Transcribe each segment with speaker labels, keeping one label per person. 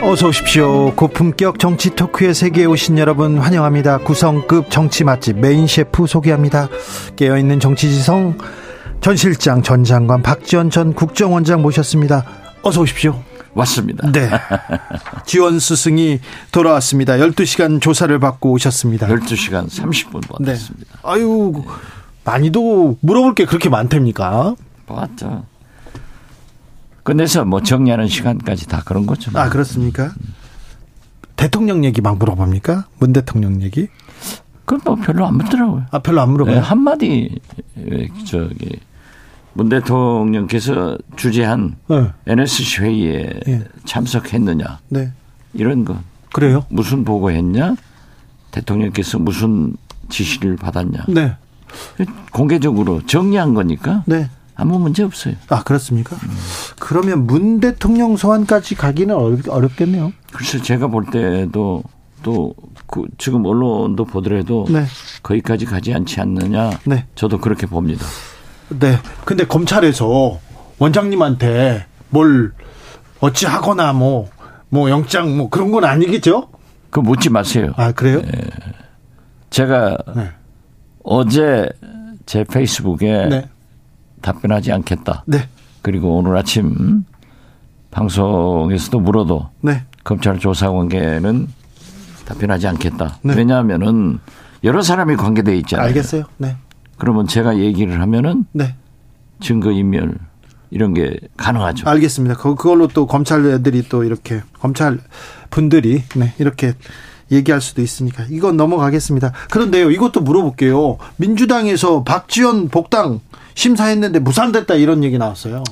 Speaker 1: 어서 오십시오. 고품격 정치 토크의 세계에 오신 여러분 환영합니다. 구성급 정치 맛집 메인 셰프 소개합니다. 깨어있는 정치지성 전 실장, 전 장관, 박지원 전 국정원장 모셨습니다. 어서 오십시오.
Speaker 2: 왔습니다.
Speaker 1: 네. 지원 스승이 돌아왔습니다. 12시간 조사를 받고 오셨습니다. 네.
Speaker 2: 12시간 30분 받았습니다.
Speaker 1: 아유, 많이도 물어볼 게 그렇게 많답니까?
Speaker 2: 봤죠. 끝내서 뭐 정리하는 시간까지 다 그런 거죠. 뭐.
Speaker 1: 아, 그렇습니까? 대통령 얘기 막 물어봅니까? 문 대통령 얘기?
Speaker 2: 그건 뭐 별로 안 묻더라고요.
Speaker 1: 아, 별로 안
Speaker 2: 네,
Speaker 1: 물어봐요.
Speaker 2: 한마디, 예, 저기, 문 대통령께서 주재한
Speaker 1: 네.
Speaker 2: NSC 회의에
Speaker 1: 예.
Speaker 2: 참석했느냐,
Speaker 1: 네.
Speaker 2: 이런 거.
Speaker 1: 그래요?
Speaker 2: 무슨 보고했냐? 대통령께서 무슨 지시를 받았냐?
Speaker 1: 네.
Speaker 2: 공개적으로 정리한 거니까
Speaker 1: 네.
Speaker 2: 아무 문제 없어요.
Speaker 1: 아, 그렇습니까?
Speaker 2: 음.
Speaker 1: 그러면 문 대통령 소환까지 가기는 어렵, 어렵겠네요.
Speaker 2: 글쎄 제가 볼 때도 또 그, 지금 언론도 보더라도
Speaker 1: 네.
Speaker 2: 거기까지 가지 않지 않느냐
Speaker 1: 네.
Speaker 2: 저도 그렇게 봅니다.
Speaker 1: 네. 근데 검찰에서 원장님한테 뭘 어찌하거나 뭐, 뭐 영장 뭐 그런 건 아니겠죠?
Speaker 2: 그 묻지 마세요.
Speaker 1: 아, 그래요?
Speaker 2: 제가
Speaker 1: 네.
Speaker 2: 어제 제 페이스북에
Speaker 1: 네.
Speaker 2: 답변하지 않겠다.
Speaker 1: 네.
Speaker 2: 그리고 오늘 아침 방송에서도 물어도
Speaker 1: 네.
Speaker 2: 검찰 조사 관계는 답변하지 않겠다.
Speaker 1: 네.
Speaker 2: 왜냐하면은 여러 사람이 관계돼 있잖아요.
Speaker 1: 알겠어요. 네.
Speaker 2: 그러면 제가 얘기를 하면은
Speaker 1: 네.
Speaker 2: 증거 인멸 이런 게 가능하죠.
Speaker 1: 알겠습니다. 그, 그걸로 또 검찰 애들이 또 이렇게 검찰 분들이 네, 이렇게 얘기할 수도 있으니까 이건 넘어가겠습니다. 그런데요, 이것도 물어볼게요. 민주당에서 박지원 복당 심사했는데 무산됐다 이런 얘기 나왔어요.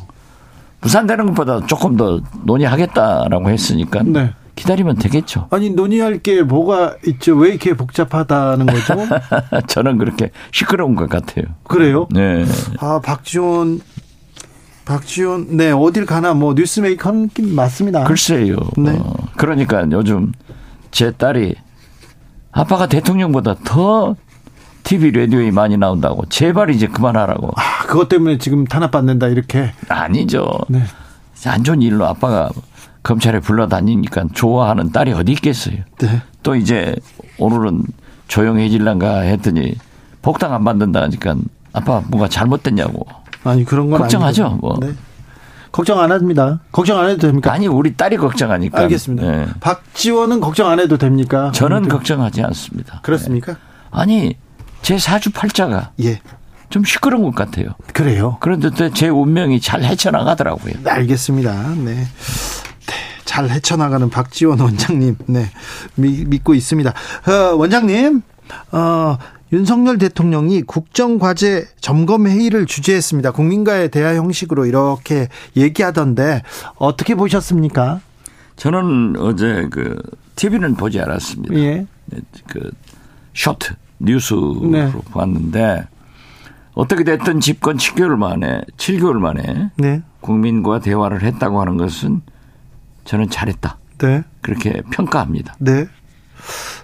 Speaker 2: 부산되는 것보다 조금 더 논의하겠다라고 했으니까
Speaker 1: 네.
Speaker 2: 기다리면 되겠죠.
Speaker 1: 아니 논의할 게 뭐가 있죠? 왜 이렇게 복잡하다는 거죠?
Speaker 2: 저는 그렇게 시끄러운 것 같아요.
Speaker 1: 그래요?
Speaker 2: 네.
Speaker 1: 아 박지원 박지원 네 어딜 가나 뭐 뉴스메이커 하는 게 맞습니다.
Speaker 2: 글쎄요.
Speaker 1: 네.
Speaker 2: 어, 그러니까 요즘 제 딸이 아빠가 대통령보다 더 TV 라디오에 많이 나온다고 제발 이제 그만하라고.
Speaker 1: 아, 그것 때문에 지금 탄압받는다 이렇게
Speaker 2: 아니죠.
Speaker 1: 네.
Speaker 2: 안 좋은 일로 아빠가 검찰에 불러다니니까 좋아하는 딸이 어디 있겠어요.
Speaker 1: 네.
Speaker 2: 또 이제 오늘은 조용해질란가 했더니 복당 안 받는다 하니까 아빠 뭔가 잘못됐냐고.
Speaker 1: 아니 그런 건
Speaker 2: 걱정하죠,
Speaker 1: 아니죠.
Speaker 2: 뭐.
Speaker 1: 네. 걱정 안 합니다. 걱정 안 해도 됩니까?
Speaker 2: 그러니까 아니 우리 딸이 걱정하니까.
Speaker 1: 알겠습니다.
Speaker 2: 예.
Speaker 1: 박지원은 걱정 안 해도 됩니까?
Speaker 2: 저는 걱정하지 않습니다.
Speaker 1: 그렇습니까?
Speaker 2: 아니 제 사주 팔자가
Speaker 1: 예.
Speaker 2: 좀 시끄러운 것 같아요.
Speaker 1: 그래요.
Speaker 2: 그런데 또 제 운명이 잘 헤쳐나가더라고요.
Speaker 1: 알겠습니다. 네. 네. 잘 헤쳐나가는 박지원 원장님, 네. 미- 믿고 있습니다. 어, 원장님, 어, 윤석열 대통령이 국정과제 점검회의를 주재했습니다. 국민과의 대화 형식으로 이렇게 얘기하던데, 어떻게 보셨습니까?
Speaker 2: 저는 어제 그 TV는 보지 않았습니다.
Speaker 1: 예.
Speaker 2: 네, 그 쇼트 뉴스로
Speaker 1: 네.
Speaker 2: 봤는데 어떻게 됐든 집권 7개월 만에 7개월 만에
Speaker 1: 네.
Speaker 2: 국민과 대화를 했다고 하는 것은 저는 잘했다
Speaker 1: 네.
Speaker 2: 그렇게 평가합니다.
Speaker 1: 네.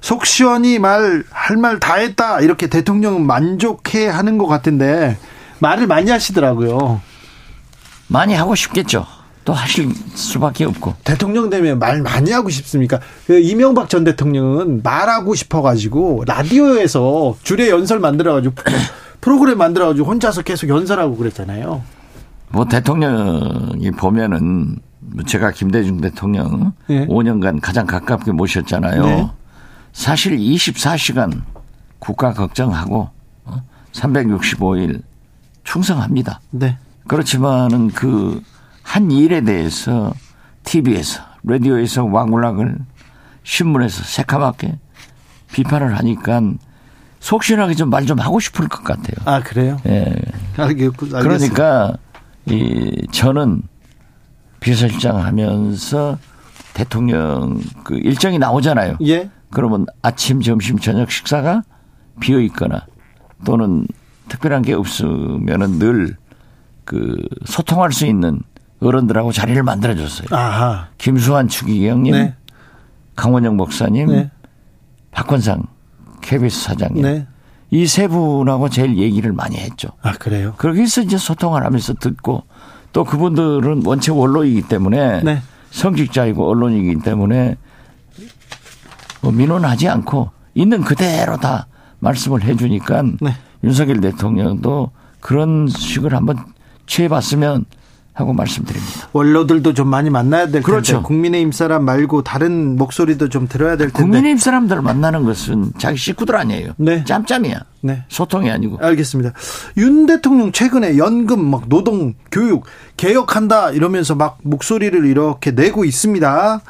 Speaker 1: 속시원히 말 할 말 다 했다 이렇게 대통령은 만족해 하는 것 같은데 말을 많이 하시더라고요.
Speaker 2: 많이 하고 싶겠죠. 또 하실 수밖에 없고
Speaker 1: 대통령 되면 말 많이 하고 싶습니까? 그 이명박 전 대통령은 말하고 싶어가지고 라디오에서 줄에 연설 만들어가지고 프로그램 만들어가지고 혼자서 계속 연설하고 그랬잖아요.
Speaker 2: 뭐 대통령이 보면은 뭐 제가 김대중 대통령
Speaker 1: 예.
Speaker 2: 5년간 가장 가깝게 모셨잖아요.
Speaker 1: 네.
Speaker 2: 사실 24시간 국가 걱정하고 어? 365일 충성합니다.
Speaker 1: 네,
Speaker 2: 그렇지만은 그 한 일에 대해서 TV에서 라디오에서 왕울락을 신문에서 새카맣게 비판을 하니까 속시원하게 좀 말 좀 하고 싶을 것 같아요.
Speaker 1: 아 그래요?
Speaker 2: 예.
Speaker 1: 아, 그, 알겠, 알겠습니다.
Speaker 2: 그러니까 이 저는 비서실장 하면서 대통령 그 일정이 나오잖아요.
Speaker 1: 예,
Speaker 2: 그러면 아침, 점심, 저녁 식사가 비어 있거나 또는 특별한 게 없으면은 늘 그 소통할 수 있는 어른들하고 자리를 만들어줬어요.
Speaker 1: 아하.
Speaker 2: 김수환 추기경님,
Speaker 1: 네.
Speaker 2: 강원영 목사님,
Speaker 1: 네.
Speaker 2: 박건상 KBS 사장님
Speaker 1: 네.
Speaker 2: 이 세 분하고 제일 얘기를 많이 했죠.
Speaker 1: 아, 그래요?
Speaker 2: 거기서 이제 소통을 하면서 듣고 또 그분들은 원체 원로이기 때문에
Speaker 1: 네.
Speaker 2: 성직자이고 언론이기 때문에 뭐 민원하지 않고 있는 그대로 다 말씀을 해주니까
Speaker 1: 네.
Speaker 2: 윤석열 대통령도 그런 식을 한번 취해봤으면 하고 말씀드립니다.
Speaker 1: 원로들도 좀 많이 만나야 될 텐데.
Speaker 2: 그렇죠.
Speaker 1: 국민의힘 사람 말고 다른 목소리도 좀 들어야 될 텐데.
Speaker 2: 국민의힘 사람들 만나는 것은 자기 식구들 아니에요.
Speaker 1: 네.
Speaker 2: 짬짬이야.
Speaker 1: 네.
Speaker 2: 소통이 아니고
Speaker 1: 알겠습니다. 윤 대통령 최근에 연금, 막 노동, 교육 개혁한다 이러면서 막 목소리를 이렇게 내고 있습니다.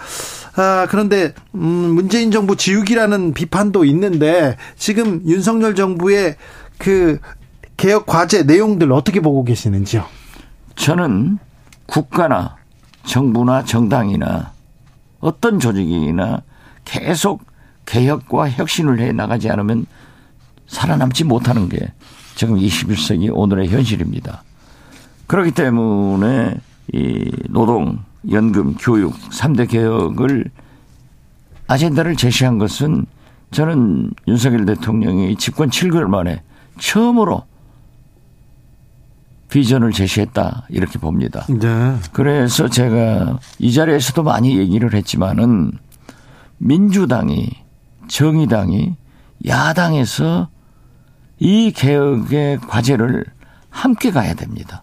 Speaker 1: 아, 그런데 음, 문재인 정부 지우기라는 비판도 있는데 지금 윤석열 정부의 그 개혁 과제 내용들 어떻게 보고 계시는지요?
Speaker 2: 저는 국가나 정부나 정당이나 어떤 조직이나 계속 개혁과 혁신을 해 나가지 않으면 살아남지 못하는 게 지금 21세기 오늘의 현실입니다. 그렇기 때문에 이 노동, 연금, 교육 삼대 개혁을 아젠다를 제시한 것은 저는 윤석열 대통령이 집권 7개월 만에 처음으로 비전을 제시했다 이렇게 봅니다.
Speaker 1: 네.
Speaker 2: 그래서 제가 이 자리에서도 많이 얘기를 했지만은 민주당이 정의당이 야당에서 이 개혁의 과제를 함께 가야 됩니다.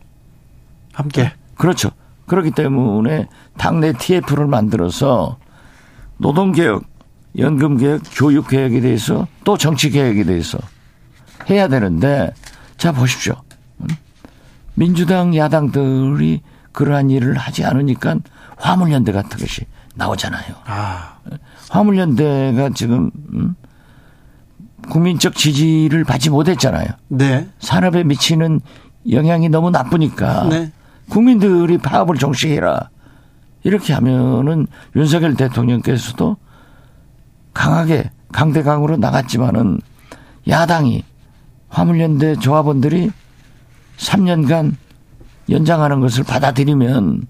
Speaker 1: 함께.
Speaker 2: 그렇죠. 그렇기 때문에 당내 TF를 만들어서 노동개혁, 연금개혁, 교육개혁에 대해서 또 정치개혁에 대해서 해야 되는데 자 보십시오. 음? 민주당 야당들이 그러한 일을 하지 않으니까 화물연대 같은 것이 나오잖아요.
Speaker 1: 아,
Speaker 2: 화물연대가 지금 음? 국민적 지지를 받지 못했잖아요.
Speaker 1: 네.
Speaker 2: 산업에 미치는 영향이 너무 나쁘니까
Speaker 1: 네.
Speaker 2: 국민들이 파업을 종식해라 이렇게 하면은 윤석열 대통령께서도 강하게 강대강으로 나갔지만은 야당이 화물연대 조합원들이 3년간 연장하는 것을 받아들이면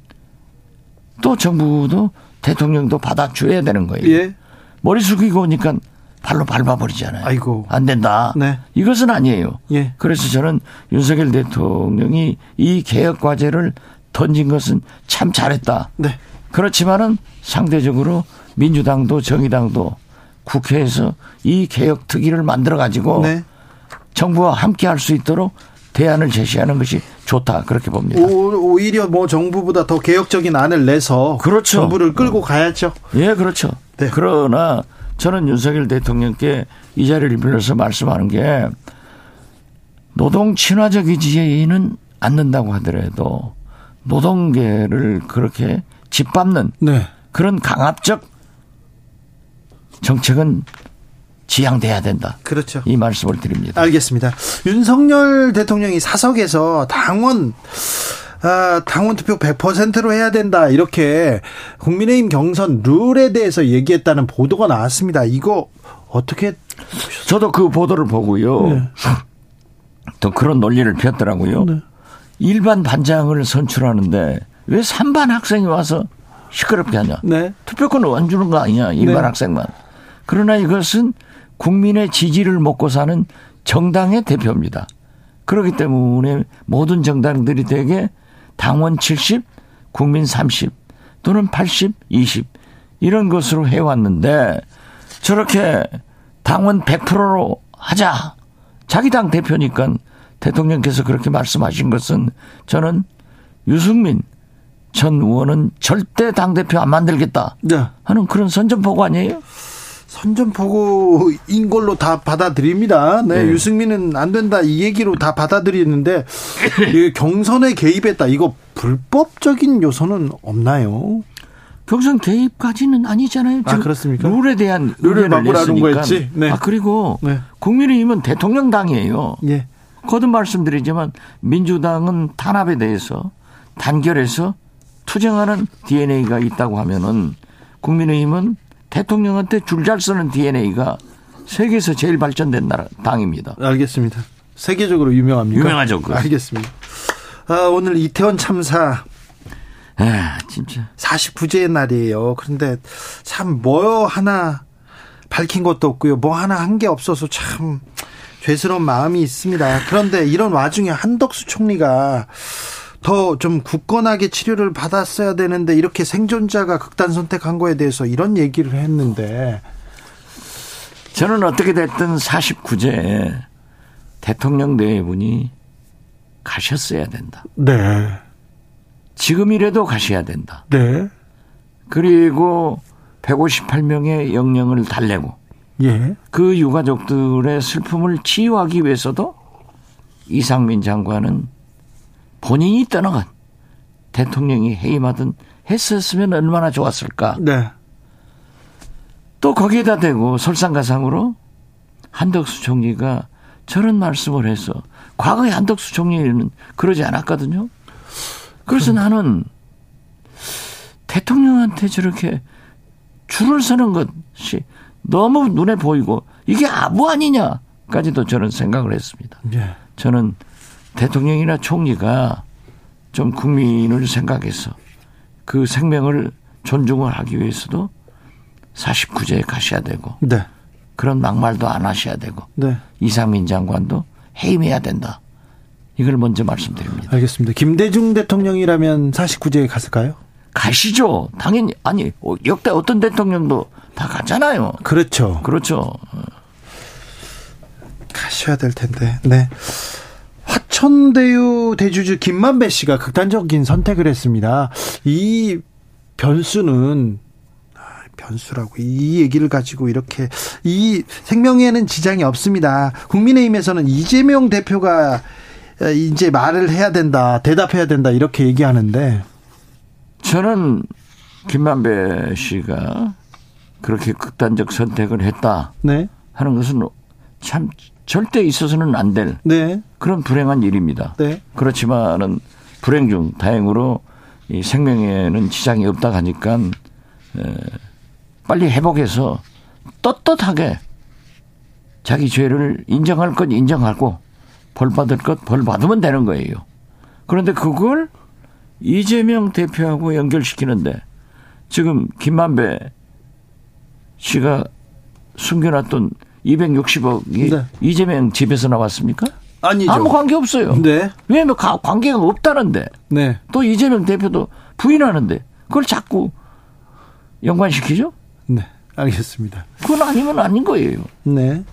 Speaker 2: 또 정부도 대통령도 받아줘야 되는 거예요.
Speaker 1: 예.
Speaker 2: 머리 숙이고 오니까 발로 밟아버리잖아요.
Speaker 1: 아이고.
Speaker 2: 안 된다.
Speaker 1: 네.
Speaker 2: 이것은 아니에요.
Speaker 1: 예.
Speaker 2: 그래서 저는 윤석열 대통령이 이 개혁 과제를 던진 것은 참 잘했다.
Speaker 1: 네.
Speaker 2: 그렇지만은 상대적으로 민주당도 정의당도 국회에서 이 개혁 특위를 만들어 가지고
Speaker 1: 네.
Speaker 2: 정부와 함께 할 수 있도록 대안을 제시하는 것이 좋다. 그렇게 봅니다.
Speaker 1: 오- 오히려 뭐 정부보다 더 개혁적인 안을 내서
Speaker 2: 그렇죠.
Speaker 1: 정부를 끌고 가야죠.
Speaker 2: 예, 그렇죠.
Speaker 1: 네.
Speaker 2: 그러나 저는 윤석열 대통령께 이 자리를 빌려서 말씀하는 게 노동 친화적이지는 않는다고 하더라도 노동계를 그렇게 짓밟는
Speaker 1: 네.
Speaker 2: 그런 강압적 정책은 지양돼야 된다.
Speaker 1: 그렇죠.
Speaker 2: 이 말씀을 드립니다.
Speaker 1: 알겠습니다. 윤석열 대통령이 사석에서 당원 아, 당원 투표 100%로 해야 된다. 이렇게 국민의힘 경선 룰에 대해서 얘기했다는 보도가 나왔습니다. 이거 어떻게
Speaker 2: 저도 그 보도를 보고요. 또 그런 논리를 폈더라고요. 일반 반장을 선출하는데 왜 3반 학생이 와서 시끄럽게 하냐.
Speaker 1: 네.
Speaker 2: 투표권을 안 주는 거 아니냐. 일반
Speaker 1: 네.
Speaker 2: 학생만. 그러나 이것은 국민의 지지를 먹고 사는 정당의 대표입니다. 그렇기 때문에 모든 정당들이 대개 당원 70, 국민 30 또는 80, 20 이런 것으로 해왔는데 저렇게 당원 100%로 하자. 자기 당 대표니까 대통령께서 그렇게 말씀하신 것은 저는 유승민 전 의원은 절대 당대표 안 만들겠다
Speaker 1: 네.
Speaker 2: 하는 그런 선전포고 아니에요?
Speaker 1: 선전포고인 걸로 다 받아들입니다. 네,
Speaker 2: 네.
Speaker 1: 유승민은 안 된다 이 얘기로 다 받아들이는데 이게 경선에 개입했다. 이거 불법적인 요소는 없나요?
Speaker 2: 경선 개입까지는 아니잖아요.
Speaker 1: 아,
Speaker 2: 지금
Speaker 1: 그렇습니까?
Speaker 2: 룰에 대한
Speaker 1: 룰을
Speaker 2: 의견을
Speaker 1: 바꾸라는
Speaker 2: 냈으니까.
Speaker 1: 거였지. 네.
Speaker 2: 아 그리고
Speaker 1: 네.
Speaker 2: 국민의힘은 대통령당이에요.
Speaker 1: 예.
Speaker 2: 거듭 말씀드리지만 민주당은 탄압에 대해서 단결해서 투쟁하는 DNA가 있다고 하면은 국민의힘은 대통령한테 줄 잘 서는 DNA가 세계에서 제일 발전된 나라 당입니다.
Speaker 1: 알겠습니다. 세계적으로 유명합니까?
Speaker 2: 유명하죠, 그거.
Speaker 1: 알겠습니다. 아, 오늘 이태원 참사
Speaker 2: 에 아, 진짜
Speaker 1: 49제의 날이에요. 그런데 참 뭐 하나 밝힌 것도 없고요. 뭐 하나 한 게 없어서 참 죄스러운 마음이 있습니다. 그런데 이런 와중에 한덕수 총리가 더 좀 굳건하게 치료를 받았어야 되는데 이렇게 생존자가 극단 선택한 거에 대해서 이런 얘기를 했는데
Speaker 2: 저는 어떻게 됐든 49제 대통령 내분이 가셨어야 된다.
Speaker 1: 네.
Speaker 2: 지금이라도 가셔야 된다.
Speaker 1: 네.
Speaker 2: 그리고 158명의 영령을 달래고
Speaker 1: 예.
Speaker 2: 그 유가족들의 슬픔을 치유하기 위해서도 이상민 장관은 본인이 떠나간 대통령이 해임하든 했었으면 얼마나 좋았을까.
Speaker 1: 네.
Speaker 2: 또 거기에다 대고 설상가상으로 한덕수 총리가 저런 말씀을 해서 과거에 한덕수 총리는 그러지 않았거든요. 그래서 나는 대통령한테 저렇게 줄을 서는 것이 너무 눈에 보이고 이게 아부 아니냐까지도 저는 생각을 했습니다.
Speaker 1: 예.
Speaker 2: 저는 대통령이나 총리가 좀 국민을 생각해서 그 생명을 존중을 하기 위해서도 49제에 가셔야 되고
Speaker 1: 네.
Speaker 2: 그런 막말도 안 하셔야 되고
Speaker 1: 네.
Speaker 2: 이상민 장관도 해임해야 된다. 이걸 먼저 말씀드립니다.
Speaker 1: 알겠습니다. 김대중 대통령이라면 49제에 갔을까요?
Speaker 2: 가시죠. 당연히 아니 어, 역대 어떤 대통령도 다 가잖아요.
Speaker 1: 그렇죠.
Speaker 2: 그렇죠.
Speaker 1: 가셔야 될 텐데. 네. 화천대유 대주주 김만배 씨가 극단적인 선택을 했습니다. 이 변수는 아, 변수라고 이 얘기를 가지고 이렇게 이 생명에는 지장이 없습니다. 국민의힘에서는 이재명 대표가 이제 말을 해야 된다, 대답해야 된다 이렇게 얘기하는데
Speaker 2: 저는 김만배 씨가 그렇게 극단적 선택을 했다
Speaker 1: 네,
Speaker 2: 하는 것은 참 절대 있어서는 안 될
Speaker 1: 네,
Speaker 2: 그런 불행한 일입니다.
Speaker 1: 네,
Speaker 2: 그렇지만은 불행 중 다행으로 이 생명에는 지장이 없다 하니까 에, 빨리 회복해서 떳떳하게 자기 죄를 인정할 것 인정하고 벌 받을 것 벌 받으면 되는 거예요. 그런데 그걸 이재명 대표하고 연결시키는데 지금 김만배 씨가 숨겨놨던 260억이
Speaker 1: 네.
Speaker 2: 이재명 집에서 나왔습니까?
Speaker 1: 아니죠.
Speaker 2: 아무 관계 없어요.
Speaker 1: 네,
Speaker 2: 왜냐면 뭐 가- 관계가 없다는데
Speaker 1: 네,
Speaker 2: 또 이재명 대표도 부인하는데 그걸 자꾸 연관시키죠?
Speaker 1: 네, 알겠습니다.
Speaker 2: 그건 아니면 아닌 거예요.
Speaker 1: 네.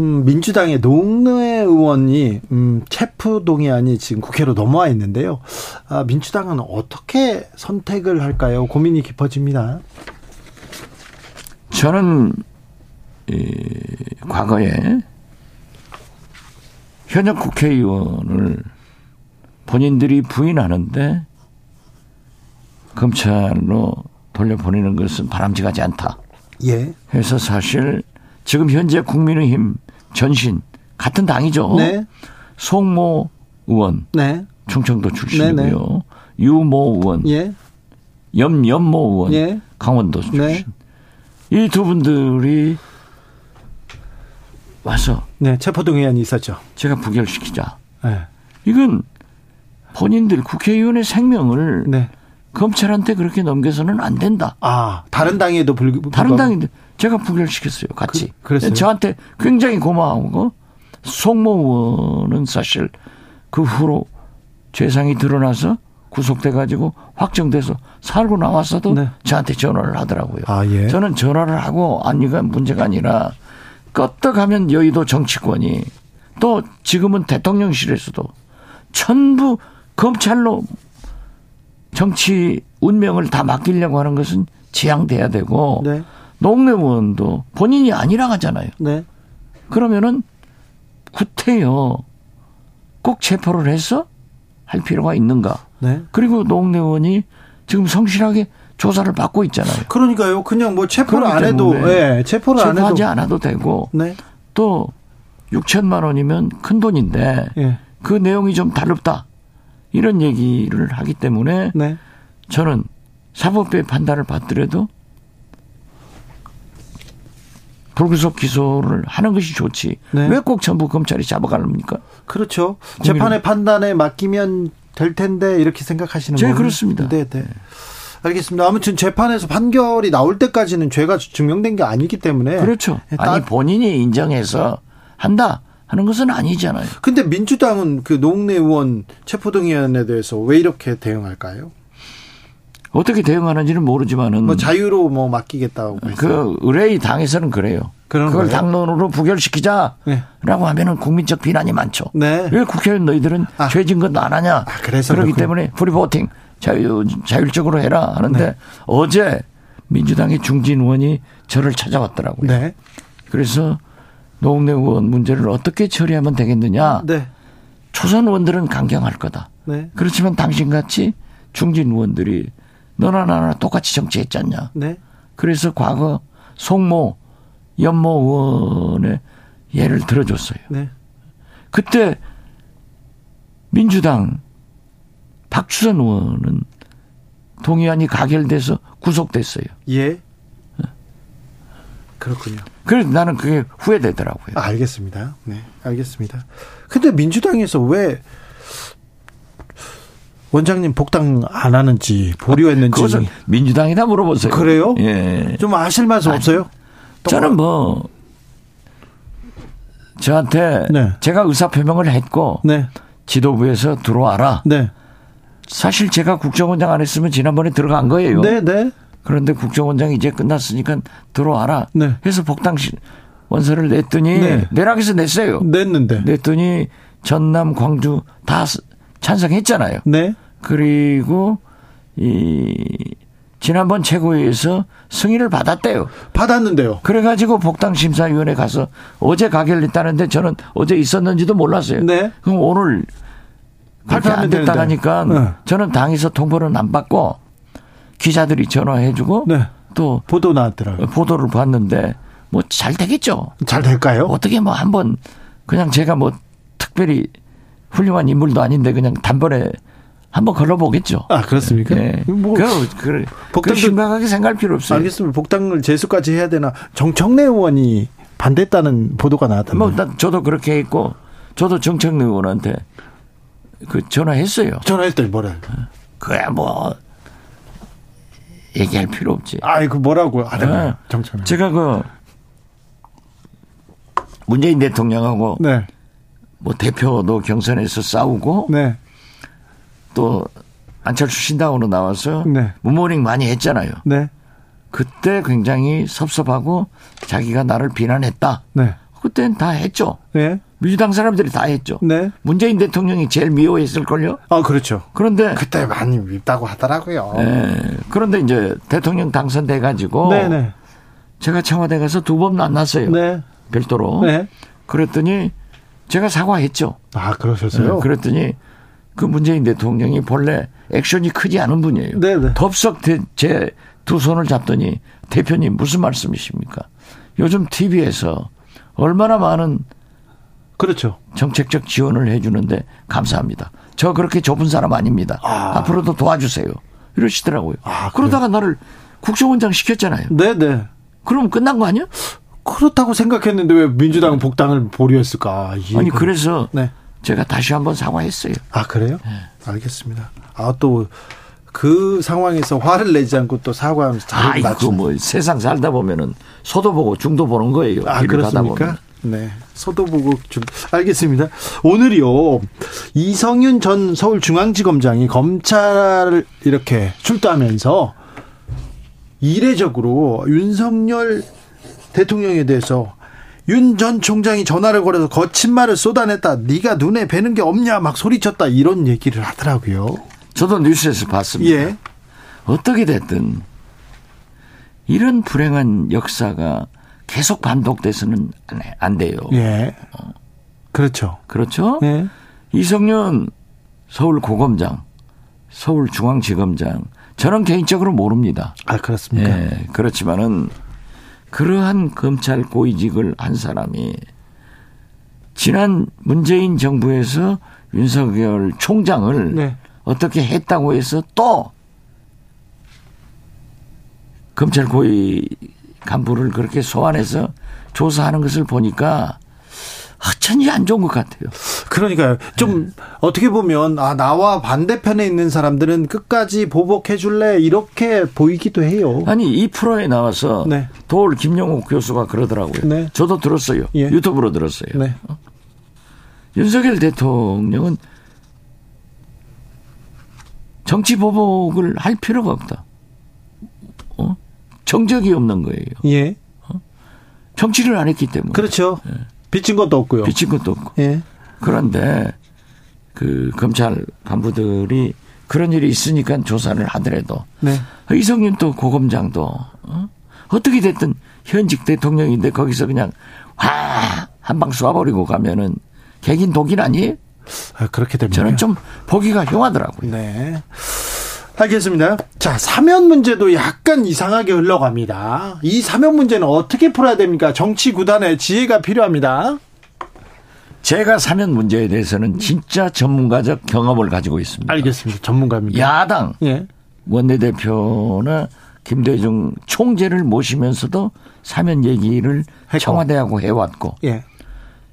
Speaker 1: 음, 민주당의 노웅래 의원이 음, 체포 동의안이 지금 국회로 넘어와 있는데요. 아, 민주당은 어떻게 선택을 할까요? 고민이 깊어집니다.
Speaker 2: 저는 이, 과거에 현역 국회의원을 본인들이 부인하는데 검찰로 돌려보내는 것은 바람직하지 않다.
Speaker 1: 예.
Speaker 2: 해서 사실 지금 현재 국민의힘 전신 같은 당이죠.
Speaker 1: 네.
Speaker 2: 송모 의원
Speaker 1: 네.
Speaker 2: 충청도
Speaker 1: 네,
Speaker 2: 출신이고요. 유모 의원,
Speaker 1: 예.
Speaker 2: 염염모 의원,
Speaker 1: 예.
Speaker 2: 강원도 출신.
Speaker 1: 네.
Speaker 2: 이 두 분들이 와서
Speaker 1: 네. 체포 동의안이 있었죠.
Speaker 2: 제가 부결시키자.
Speaker 1: 네.
Speaker 2: 이건 본인들 국회의원의 생명을
Speaker 1: 네.
Speaker 2: 검찰한테 그렇게 넘겨서는 안 된다.
Speaker 1: 아, 다른 당에도 불
Speaker 2: 다른
Speaker 1: 불구하고-
Speaker 2: 당인데 제가 부결시켰어요. 같이.
Speaker 1: 그- 그랬어요?
Speaker 2: 저한테 굉장히 고마워하고 송모 의원은 사실 그 후로 죄상이 드러나서 구속돼 가지고 확정돼서 살고 나왔어도
Speaker 1: 네.
Speaker 2: 저한테 전화를 하더라고요.
Speaker 1: 아, 예.
Speaker 2: 저는 전화를 하고 아니가 문제가 아니라 껐다가면 여의도 정치권이 또 지금은 대통령실에서도 전부 검찰로 정치 운명을 다 맡기려고 하는 것은 지양돼야 되고
Speaker 1: 네.
Speaker 2: 농내 의원도 본인이 아니라 하잖아요.
Speaker 1: 네.
Speaker 2: 그러면은 구태여 꼭 체포를 해서 할 필요가 있는가?
Speaker 1: 네.
Speaker 2: 그리고 농내 의원이 지금 성실하게 조사를 받고 있잖아요.
Speaker 1: 그러니까요. 그냥 뭐 체포를
Speaker 2: 그렇기
Speaker 1: 안 해도
Speaker 2: 때문에
Speaker 1: 예, 체포를 안 해도
Speaker 2: 체포하지 않아도 되고
Speaker 1: 네.
Speaker 2: 또 6천만 원이면 큰 돈인데
Speaker 1: 예.
Speaker 2: 그 내용이 좀 다릅다 이런 얘기를 하기 때문에
Speaker 1: 네.
Speaker 2: 저는 사법부의 판단을 받더라도 불구속 기소를 하는 것이 좋지.
Speaker 1: 네.
Speaker 2: 왜 꼭 전부 검찰이 잡아가렵니까?
Speaker 1: 그렇죠. 재판의 판단에 맡기면 될 텐데 이렇게 생각하시는
Speaker 2: 네,
Speaker 1: 거예요.
Speaker 2: 그렇습니다.
Speaker 1: 네, 네. 알겠습니다. 아무튼 재판에서 판결이 나올 때까지는 죄가 증명된 게 아니기 때문에
Speaker 2: 그렇죠.
Speaker 1: 예, 따-
Speaker 2: 아니 본인이 인정해서 한다 하는 것은 아니잖아요.
Speaker 1: 근데 민주당은 그 노웅래 의원 체포동의안에 대해서 왜 이렇게 대응할까요?
Speaker 2: 어떻게 대응하는지는 모르지만은
Speaker 1: 뭐 자유로 뭐 맡기겠다고 해서.
Speaker 2: 그 의뢰의 당에서는 그래요.
Speaker 1: 그런
Speaker 2: 그걸
Speaker 1: 거예요?
Speaker 2: 당론으로 부결시키자라고
Speaker 1: 네.
Speaker 2: 하면은 국민적 비난이 많죠.
Speaker 1: 네.
Speaker 2: 왜 국회의원 너희들은
Speaker 1: 아.
Speaker 2: 죄진 것도 안 하냐.
Speaker 1: 그래서
Speaker 2: 그렇기
Speaker 1: 그렇군요.
Speaker 2: 때문에 프리보팅 자유 자율적으로 해라 하는데
Speaker 1: 네.
Speaker 2: 어제 민주당의 중진 의원이 저를 찾아왔더라고요.
Speaker 1: 네.
Speaker 2: 그래서 노웅래 의원 문제를 어떻게 처리하면 되겠느냐.
Speaker 1: 네.
Speaker 2: 초선 의원들은 강경할 거다.
Speaker 1: 네.
Speaker 2: 그렇지만 당신같이 중진 의원들이 너나 나나 똑같이 정치했지 않냐.
Speaker 1: 네.
Speaker 2: 그래서 과거 송모, 연모 의원의 예를 들어줬어요.
Speaker 1: 네.
Speaker 2: 그때 민주당 박주선 의원은 동의안이 가결돼서 구속됐어요. 네.
Speaker 1: 예. 그렇군요.
Speaker 2: 그래서 나는 그게 후회되더라고요.
Speaker 1: 아, 알겠습니다. 네, 알겠습니다. 근데 민주당에서 왜 원장님 복당 안 하는지 보류했는지
Speaker 2: 아, 그것은 민주당이나 물어보세요.
Speaker 1: 그래요?
Speaker 2: 예.
Speaker 1: 좀 아실 말씀 없어요?
Speaker 2: 저는 뭐 저한테
Speaker 1: 네.
Speaker 2: 제가 의사표명을 했고
Speaker 1: 네,
Speaker 2: 지도부에서 들어와라.
Speaker 1: 네,
Speaker 2: 사실 제가 국정원장 안 했으면 지난번에 들어간 거예요.
Speaker 1: 네, 네.
Speaker 2: 그런데 국정원장이 이제 끝났으니까 들어와라.
Speaker 1: 네.
Speaker 2: 해서 복당시 원서를 냈더니
Speaker 1: 네.
Speaker 2: 내락에서 냈어요. 네.
Speaker 1: 냈는데
Speaker 2: 냈더니 전남 광주 다 스- 찬성했잖아요.
Speaker 1: 네,
Speaker 2: 그리고 이 지난번 최고위에서 승인을 받았대요.
Speaker 1: 받았는데요.
Speaker 2: 그래가지고 복당심사위원회 가서 어제 가결했다는데 저는 어제 있었는지도 몰랐어요.
Speaker 1: 네.
Speaker 2: 그럼 오늘 그렇게
Speaker 1: 발표하면
Speaker 2: 안 됐다라니까
Speaker 1: 되는데. 네.
Speaker 2: 저는 당에서 통보는 안 받고 기자들이 전화해주고
Speaker 1: 네.
Speaker 2: 또
Speaker 1: 보도 나왔더라고요.
Speaker 2: 보도를 봤는데 뭐 잘 되겠죠.
Speaker 1: 잘 될까요?
Speaker 2: 어떻게 뭐 한번 그냥 제가 뭐 특별히 훌륭한 인물도 아닌데 그냥 단번에 한번 걸어보겠죠.
Speaker 1: 아 그렇습니까?
Speaker 2: 예.
Speaker 1: 뭐
Speaker 2: 그, 그, 그
Speaker 1: 복당도-
Speaker 2: 심각하게 생각할 필요 없어요.
Speaker 1: 알겠습니다. 복당을 재수까지 해야 되나? 정청래 의원이 반대했다는 보도가 나왔던데.
Speaker 2: 뭐, 난 저도 그렇게 했고, 저도 정책위 의원한테 그 전화했어요.
Speaker 1: 전화했더니 뭐래?
Speaker 2: 그야 뭐, 얘기할 필요 없지.
Speaker 1: 아이 그 뭐라고 하더라고요.
Speaker 2: 네.
Speaker 1: 정청래.
Speaker 2: 제가 그, 문재인 대통령하고
Speaker 1: 네,
Speaker 2: 뭐 대표도 경선에서 싸우고
Speaker 1: 네,
Speaker 2: 또 안철수 신당으로 나와서
Speaker 1: 네.
Speaker 2: 문모닝 많이 했잖아요.
Speaker 1: 네,
Speaker 2: 그때 굉장히 섭섭하고 자기가 나를 비난했다.
Speaker 1: 네,
Speaker 2: 그땐 다 했죠.
Speaker 1: 네.
Speaker 2: 민주당 사람들이 다 했죠.
Speaker 1: 네.
Speaker 2: 문재인 대통령이 제일 미워했을걸요?
Speaker 1: 아 그렇죠.
Speaker 2: 어, 그런데,
Speaker 1: 그때 많이 밉다고 하더라고요.
Speaker 2: 예, 그런데 이제 대통령 당선돼가지고
Speaker 1: 네네.
Speaker 2: 제가 청와대 가서 두 번 만났어요.
Speaker 1: 네.
Speaker 2: 별도로.
Speaker 1: 네.
Speaker 2: 그랬더니 제가 사과했죠. 네,
Speaker 1: 아 그러셨어요?
Speaker 2: 그랬더니 그 문재인 대통령이 본래 액션이 크지 않은 분이에요.
Speaker 1: 네네.
Speaker 2: 덥석 제 두 손을 잡더니 대표님 무슨 말씀이십니까? 요즘 TV에서 얼마나 많은
Speaker 1: 그렇죠.
Speaker 2: 정책적 지원을 해주는데 감사합니다. 저 그렇게 좁은 사람 아닙니다.
Speaker 1: 아.
Speaker 2: 앞으로도 도와주세요. 이러시더라고요.
Speaker 1: 아, 그래요?
Speaker 2: 그러다가 나를 국정원장 시켰잖아요.
Speaker 1: 네네.
Speaker 2: 그럼 끝난 거 아니야?
Speaker 1: 그렇다고 생각했는데 왜 민주당 복당을 보류했을까? 이해가-
Speaker 2: 아니 그래서 네.
Speaker 1: 네.
Speaker 2: 제가 다시 한번 사과했어요.
Speaker 1: 아 그래요? 알겠습니다. 아 또 그 상황에서 화를 내지 않고 또 사과하면서 자리를
Speaker 2: 아이고
Speaker 1: 맞추.
Speaker 2: 뭐 세상 살다 보면은 소도 보고 중도 보는 거예요.
Speaker 1: 아
Speaker 2: 일을 하다 보면.
Speaker 1: 그렇습니까? 네. 서도보고 좀 알겠습니다. 오늘이요 이성윤 전 서울중앙지검장이 검찰을 이렇게 출두하면서 이례적으로 윤석열 대통령에 대해서 윤 전 총장이 전화를 걸어서 거친 말을 쏟아냈다. 네가 눈에 뵈는 게 없냐 막 소리쳤다 이런 얘기를 하더라고요.
Speaker 2: 저도 뉴스에서 봤습니다.
Speaker 1: 예,
Speaker 2: 어떻게 됐든 이런 불행한 역사가 계속 반복돼서는 안 해- 안 돼요.
Speaker 1: 예, 그렇죠.
Speaker 2: 그렇죠?
Speaker 1: 예,
Speaker 2: 이성윤 서울고검장, 서울중앙지검장, 저는 개인적으로 모릅니다.
Speaker 1: 아 그렇습니까?
Speaker 2: 예, 그렇지만은 그러한 검찰 고위직을 한 사람이 지난 문재인 정부에서 윤석열 총장을
Speaker 1: 네.
Speaker 2: 어떻게 했다고 해서 또 검찰 고위 간부를 그렇게 소환해서 조사하는 것을 보니까 하천이 안 좋은 것 같아요.
Speaker 1: 그러니까요. 좀 어떻게 보면 아 나와 반대편에 있는 사람들은 끝까지 보복해 줄래 이렇게 보이기도 해요.
Speaker 2: 네. 아니 이 프로에 나와서
Speaker 1: 네.
Speaker 2: 도울 김영욱 교수가 그러더라고요.
Speaker 1: 네.
Speaker 2: 저도 들었어요.
Speaker 1: 예.
Speaker 2: 유튜브로 들었어요.
Speaker 1: 네.
Speaker 2: 윤석열 대통령은 정치 보복을 할 필요가 없다. 어? 정적이 없는 거예요.
Speaker 1: 예.
Speaker 2: 정치를 안 했기 때문에
Speaker 1: 그렇죠. 빚진 것도 없고요.
Speaker 2: 비친 것도 없고.
Speaker 1: 예.
Speaker 2: 그런데 그 검찰 간부들이 그런 일이 있으니까 조사를 하더라도
Speaker 1: 네.
Speaker 2: 이성윤도 고검장도 어? 어떻게 됐든 현직 대통령인데 거기서 그냥 와한방 쏴버리고 가면은 개긴 독인 아니에요?
Speaker 1: 아, 그렇게 됩니다.
Speaker 2: 저는 좀 보기가 흉하더라고요.
Speaker 1: 네. 알겠습니다. 자, 사면 문제도 약간 이상하게 흘러갑니다. 이 사면 문제는 어떻게 풀어야 됩니까? 정치 구단의 지혜가 필요합니다.
Speaker 2: 제가 사면 문제에 대해서는 진짜 전문가적 경험을 가지고 있습니다.
Speaker 1: 알겠습니다. 전문가입니다.
Speaker 2: 야당
Speaker 1: 예.
Speaker 2: 원내대표나 김대중 총재를 모시면서도 사면 얘기를
Speaker 1: 했고.
Speaker 2: 청와대하고 해왔고
Speaker 1: 예.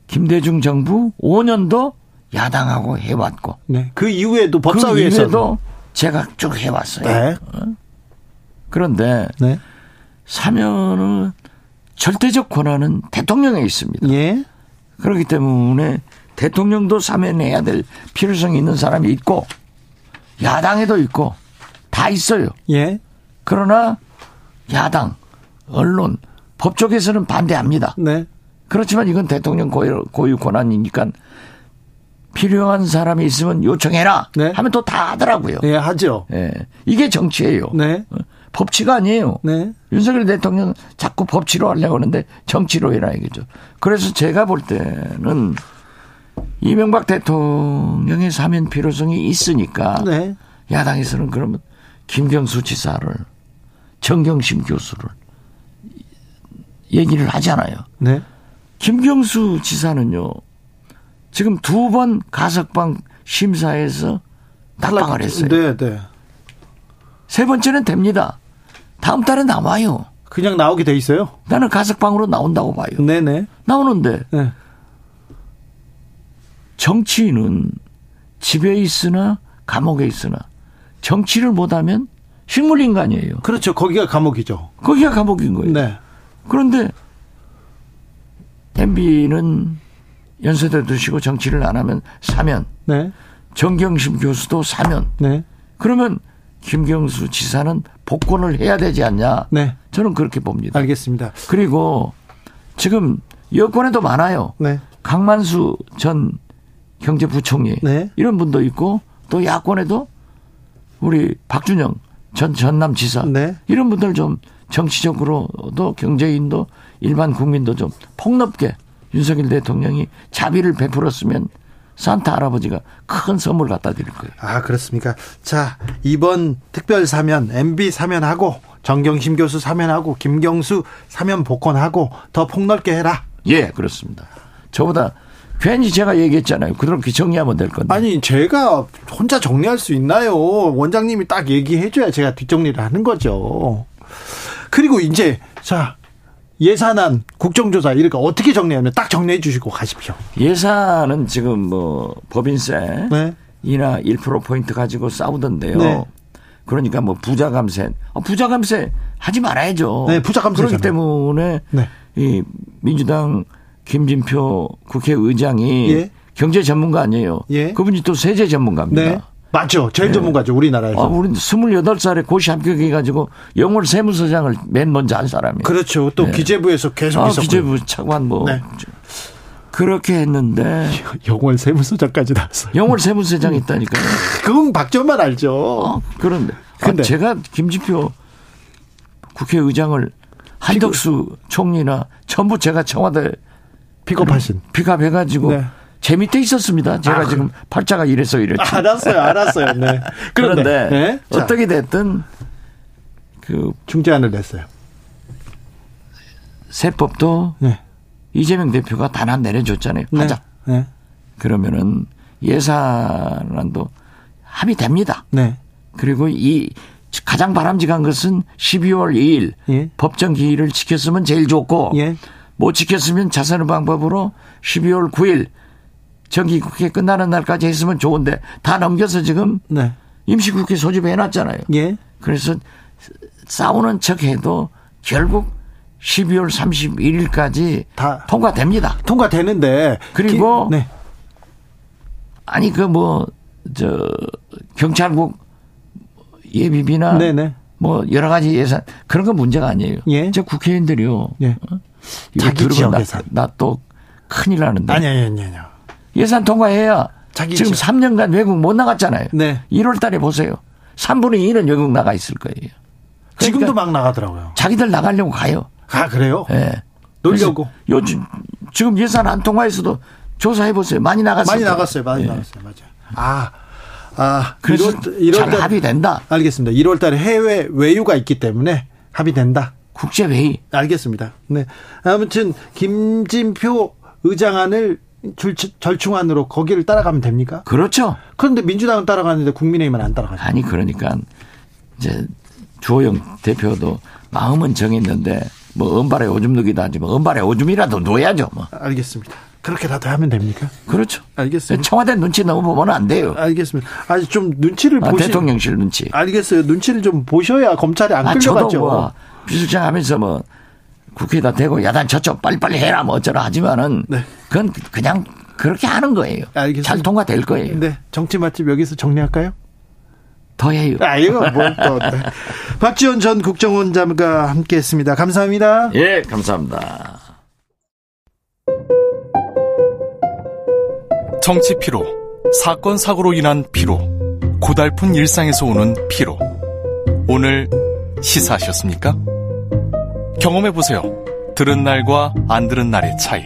Speaker 2: 김대중 정부 5년도 야당하고 해왔고
Speaker 1: 네. 그 이후에도
Speaker 2: 그
Speaker 1: 법사위에서
Speaker 2: 이후에도 제가 쭉 해왔어요.
Speaker 1: 네.
Speaker 2: 그런데
Speaker 1: 네.
Speaker 2: 사면은 절대적 권한은 대통령에 있습니다.
Speaker 1: 예.
Speaker 2: 그렇기 때문에 대통령도 사면해야 될 필요성이 있는 사람이 있고 야당에도 있고 다 있어요.
Speaker 1: 예.
Speaker 2: 그러나 야당, 언론, 법 쪽에서는 반대합니다.
Speaker 1: 네.
Speaker 2: 그렇지만 이건 대통령 고유, 고유 권한이니까 필요한 사람이 있으면 요청해라
Speaker 1: 네.
Speaker 2: 하면 또 다 하더라고요.
Speaker 1: 예, 하죠.
Speaker 2: 예. 이게 정치예요.
Speaker 1: 네.
Speaker 2: 어, 법치가 아니에요.
Speaker 1: 네.
Speaker 2: 윤석열 대통령 자꾸 법치로 하려고 하는데 정치로 해라 이거죠. 그래서 제가 볼 때는 이명박 대통령의 사면 필요성이 있으니까
Speaker 1: 네.
Speaker 2: 야당에서는 그러면 김경수 지사를 정경심 교수를 얘기를 하잖아요.
Speaker 1: 네.
Speaker 2: 김경수 지사는요 지금 두 번 가석방 심사에서 낙방을 했어요.
Speaker 1: 네, 네.
Speaker 2: 세 번째는 됩니다. 다음 달에 나와요.
Speaker 1: 그냥 나오게 돼 있어요.
Speaker 2: 나는 가석방으로 나온다고 봐요.
Speaker 1: 네, 네.
Speaker 2: 나오는데
Speaker 1: 네.
Speaker 2: 정치인은 집에 있으나 감옥에 있으나 정치를 못하면 식물인간이에요.
Speaker 1: 그렇죠. 거기가 감옥이죠.
Speaker 2: 거기가 감옥인 거예요.
Speaker 1: 네.
Speaker 2: 그런데 MB는 연세대 두시고 정치를 안 하면 사면
Speaker 1: 네.
Speaker 2: 정경심 교수도 사면
Speaker 1: 네.
Speaker 2: 그러면 김경수 지사는 복권을 해야 되지 않냐
Speaker 1: 네.
Speaker 2: 저는 그렇게 봅니다.
Speaker 1: 알겠습니다.
Speaker 2: 그리고 지금 여권에도 많아요.
Speaker 1: 네.
Speaker 2: 강만수 전 경제부총리
Speaker 1: 네.
Speaker 2: 이런 분도 있고 또 야권에도 우리 박준영 전 전남지사
Speaker 1: 네.
Speaker 2: 이런 분들 좀 정치적으로도 경제인도 일반 국민도 좀 폭넓게 윤석열 대통령이 자비를 베풀었으면 산타 할아버지가 큰 선물 갖다 드릴 거예요.
Speaker 1: 아, 그렇습니까? 자, 이번 특별 사면, MB 사면하고, 정경심 교수 사면하고, 김경수 사면 복권하고, 더 폭넓게 해라.
Speaker 2: 예, 그렇습니다. 저보다 괜히 제가 얘기했잖아요. 그렇게 정리하면 될 건데.
Speaker 1: 아니, 제가 혼자 정리할 수 있나요? 원장님이 딱 얘기해줘야 제가 뒷정리를 하는 거죠. 그리고 이제, 자, 예산안, 국정조사, 이렇게 어떻게 정리하면 딱 정리해 주시고 가십시오.
Speaker 2: 예산은 지금 뭐 법인세
Speaker 1: 네.
Speaker 2: 이나 1% 포인트 가지고 싸우던데요.
Speaker 1: 네.
Speaker 2: 그러니까 뭐 부자 감세, 어, 부자 감세 하지 말아야죠.
Speaker 1: 네, 부자 감세잖아요.
Speaker 2: 그렇기 때문에
Speaker 1: 네.
Speaker 2: 이 민주당 김진표 국회의장이
Speaker 1: 예.
Speaker 2: 경제 전문가 아니에요.
Speaker 1: 예.
Speaker 2: 그분이 또 세제 전문가입니다.
Speaker 1: 네. 뭐, 맞죠. 제일 전문가죠. 우리나라에서.
Speaker 2: 아, 우린 28살에 고시 합격해가지고 영월 세무서장을 맨 먼저 한 사람이에요.
Speaker 1: 그렇죠. 또 기재부에서 계속
Speaker 2: 아,
Speaker 1: 있었고.
Speaker 2: 기재부 차관 뭐.
Speaker 1: 네.
Speaker 2: 그렇게 했는데
Speaker 1: 영월 세무서장까지 나왔어요.
Speaker 2: 영월
Speaker 1: 음.
Speaker 2: 세무서장이 있다니까요.
Speaker 1: 그건 박전만 알죠.
Speaker 2: 어, 그런데. 아,
Speaker 1: 근데.
Speaker 2: 제가 김진표 국회의장을 한덕수 총리나 전부 제가 청와대
Speaker 1: 픽업하신.
Speaker 2: 픽업해가지고
Speaker 1: 네. 아,
Speaker 2: 제 밑에 있었습니다. 제가 지금 팔자가 이래서 이랬죠.
Speaker 1: 알았어요, 알았어요. 네.
Speaker 2: 그런데,
Speaker 1: 그런데 네? 자,
Speaker 2: 어떻게 됐든 그
Speaker 1: 중재안을 냈어요.
Speaker 2: 세법도
Speaker 1: 네.
Speaker 2: 이재명 대표가 단안 내려줬잖아요.
Speaker 1: 네.
Speaker 2: 하자.
Speaker 1: 네.
Speaker 2: 그러면은 예산안도 합의됩니다.
Speaker 1: 네.
Speaker 2: 그리고 이 가장 바람직한 것은 12월 2일
Speaker 1: 예.
Speaker 2: 법정 기일을 지켰으면 제일 좋고
Speaker 1: 예.
Speaker 2: 못 지켰으면 자선의 방법으로 12월 9일 정기국회 끝나는 날까지 했으면 좋은데 다 넘겨서 지금
Speaker 1: 네.
Speaker 2: 임시국회 소집해놨잖아요.
Speaker 1: 예.
Speaker 2: 그래서 싸우는 척해도 결국 12월 31일까지
Speaker 1: 다-
Speaker 2: 통과됩니다.
Speaker 1: 통과되는데
Speaker 2: 그리고
Speaker 1: 기- 네.
Speaker 2: 아니 그 뭐 저 경찰국 예비비나
Speaker 1: 네네.
Speaker 2: 뭐 여러 가지 예산 그런 건 문제가 아니에요.
Speaker 1: 예.
Speaker 2: 저 국회의원들이요.
Speaker 1: 예.
Speaker 2: 어? 이거
Speaker 1: 자기
Speaker 2: 들으면
Speaker 1: 지역
Speaker 2: 나-
Speaker 1: 예산.
Speaker 2: 나 또 큰일 나는데.
Speaker 1: 아니 아니 아니 아니요.
Speaker 2: 예산 통과해야
Speaker 1: 자기
Speaker 2: 지금
Speaker 1: 지역.
Speaker 2: 3년간 외국 못 나갔잖아요.
Speaker 1: 네.
Speaker 2: 1월 달에 보세요. 3분의 2는 외국 나가 있을 거예요. 그러니까
Speaker 1: 지금도 막 나가더라고요.
Speaker 2: 자기들 나가려고 가요.
Speaker 1: 아 그래요?
Speaker 2: 예.
Speaker 1: 놀려고.
Speaker 2: 그래서 요즘 지금 예산 안 통과해서도 조사해 보세요. 많이 나갔어요. 예.
Speaker 1: 많이 나갔어요. 많이 나갔어요. 맞아요. 예. 아. 아,
Speaker 2: 그래서 잘 합의된다.
Speaker 1: 알겠습니다. 1월 달에 해외 외유가 있기 때문에 합의된다.
Speaker 2: 국제 회의
Speaker 1: 알겠습니다. 네. 아무튼 김진표 의장안을 줄- 절충안으로 거기를 따라가면 됩니까?
Speaker 2: 그렇죠.
Speaker 1: 그런데 민주당은 따라가는데 국민의힘은 안 따라가죠.
Speaker 2: 아니 그러니까 이제 주호영 대표도 마음은 정했는데 뭐 은발에 오줌 누기도 하지만 은발에 오줌이라도 놓아야죠. 뭐
Speaker 1: 알겠습니다. 그렇게라도 하면 됩니까?
Speaker 2: 그렇죠.
Speaker 1: 아, 알겠습니다.
Speaker 2: 청와대 눈치 너무 보면 안 돼요.
Speaker 1: 알겠습니다. 아니 좀 눈치를
Speaker 2: 아,
Speaker 1: 보시
Speaker 2: 대통령실 눈치.
Speaker 1: 알겠어요. 눈치를 좀 보셔야 검찰이 안
Speaker 2: 아, 저도
Speaker 1: 끌려갔죠.
Speaker 2: 뭐 비수장 하면서 뭐 국회에다 대고 야단 쳤죠. 빨리빨리 해라 뭐 어쩌라 하지만은
Speaker 1: 네.
Speaker 2: 그건 그냥 그렇게 하는 거예요.
Speaker 1: 아, 알겠습니다.
Speaker 2: 잘 통과될 거예요.
Speaker 1: 네. 정치 맛집 여기서 정리할까요?
Speaker 2: 더 해요.
Speaker 1: 아, 이거 뭘 또. 네. 박지원 전 국정원장과 함께 했습니다. 감사합니다.
Speaker 2: 예, 감사합니다.
Speaker 3: 정치 피로, 사건 사고로 인한 피로, 고달픈 일상에서 오는 피로. 오늘 시사하셨습니까? 경험해 보세요. 들은 날과 안 들은 날의 차이.